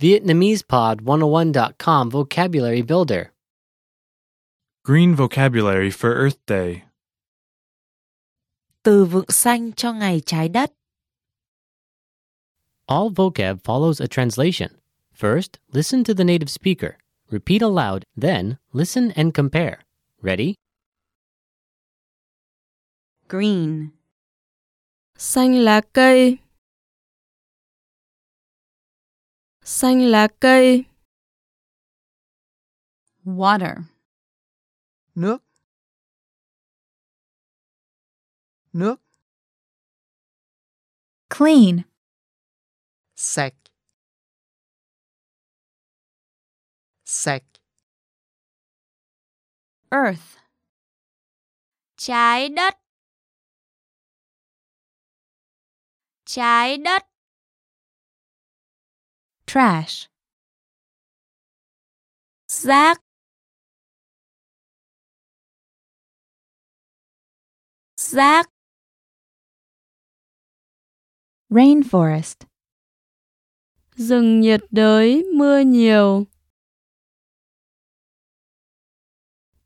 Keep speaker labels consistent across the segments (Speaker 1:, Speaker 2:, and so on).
Speaker 1: VietnamesePod101.com Vocabulary Builder.
Speaker 2: Green vocabulary for Earth Day.
Speaker 3: từ vựng xanh cho ngày trái đất
Speaker 1: All vocab follows a translation. First, listen to the native speaker. Repeat aloud, then listen and compare. Ready?
Speaker 3: green
Speaker 4: Xanh lá cây. Xanh lá cây,
Speaker 3: water
Speaker 5: nước nước
Speaker 6: clean,
Speaker 5: sạch sạch
Speaker 3: earth
Speaker 7: trái đất trái đất
Speaker 6: trash,
Speaker 7: rác rác
Speaker 6: rainforest,
Speaker 4: rừng nhiệt đới mưa nhiều.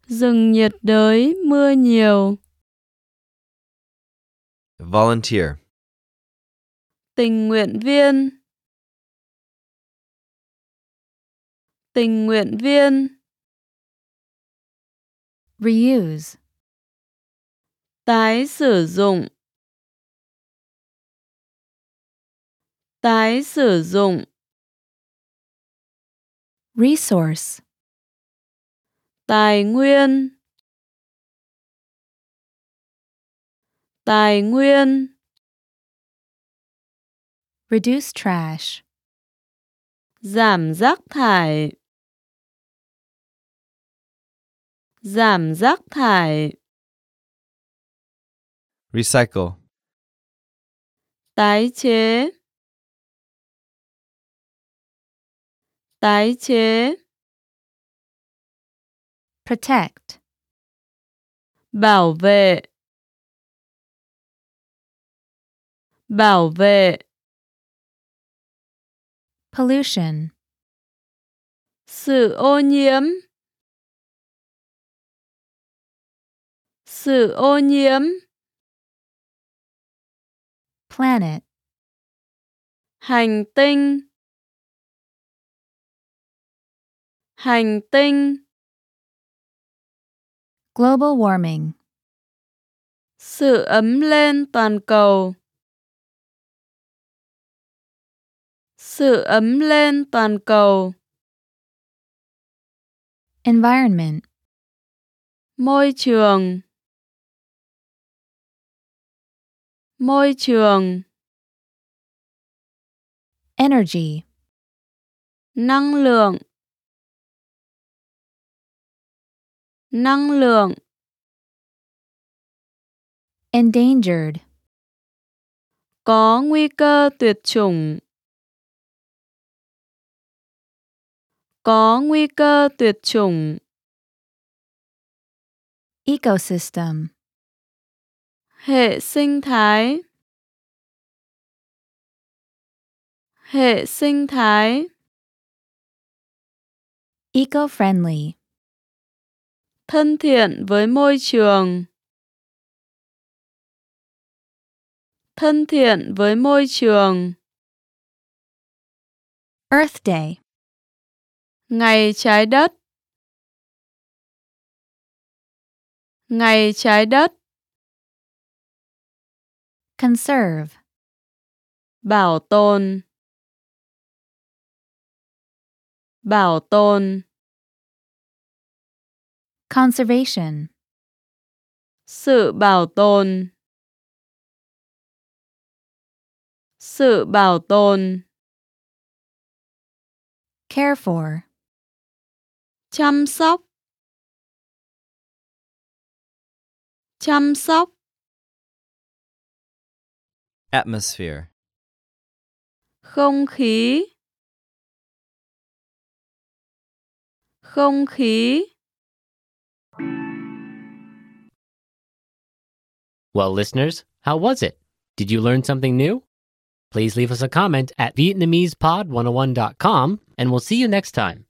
Speaker 4: Rừng nhiệt đới mưa nhiều,
Speaker 8: Volunteer.
Speaker 4: tình nguyện viên. Tình nguyện viên,
Speaker 6: reuse,
Speaker 4: tái sử dụng. Tái sử dụng,
Speaker 6: resource,
Speaker 4: tài nguyên. Tài nguyên
Speaker 6: reduce trash,
Speaker 4: giảm rác thải giảm rác thải
Speaker 8: Recycle.
Speaker 4: tái chế tái chế
Speaker 6: protect,
Speaker 4: bảo vệ bảo vệ
Speaker 6: pollution,
Speaker 4: sự ô nhiễm sự ô nhiễm
Speaker 6: planet,
Speaker 4: hành tinh hành tinh
Speaker 6: global warming,
Speaker 4: sự ấm lên toàn cầu sự ấm lên toàn cầu
Speaker 6: environment,
Speaker 4: môi trường môi trường
Speaker 6: energy,
Speaker 4: năng lượng năng lượng
Speaker 6: endangered,
Speaker 4: có nguy cơ tuyệt chủng có nguy cơ tuyệt chủng
Speaker 6: ecosystem,
Speaker 4: hệ sinh thái hệ sinh thái
Speaker 6: eco-friendly,
Speaker 4: thân thiện với môi trường thân thiện với môi trường
Speaker 6: Earth Day,
Speaker 4: ngày trái đất ngày trái đất
Speaker 6: conserve,
Speaker 4: bảo tồn bảo tồn
Speaker 6: conservation,
Speaker 4: sự bảo tồn sự bảo tồn
Speaker 6: care for,
Speaker 4: chăm sóc chăm sóc
Speaker 8: Atmosphere.
Speaker 4: không khí không khí
Speaker 1: Well, listeners, how was it? Did you learn something new? oh Please leave us a comment at VietnamesePod101.com, and we'll see you next time.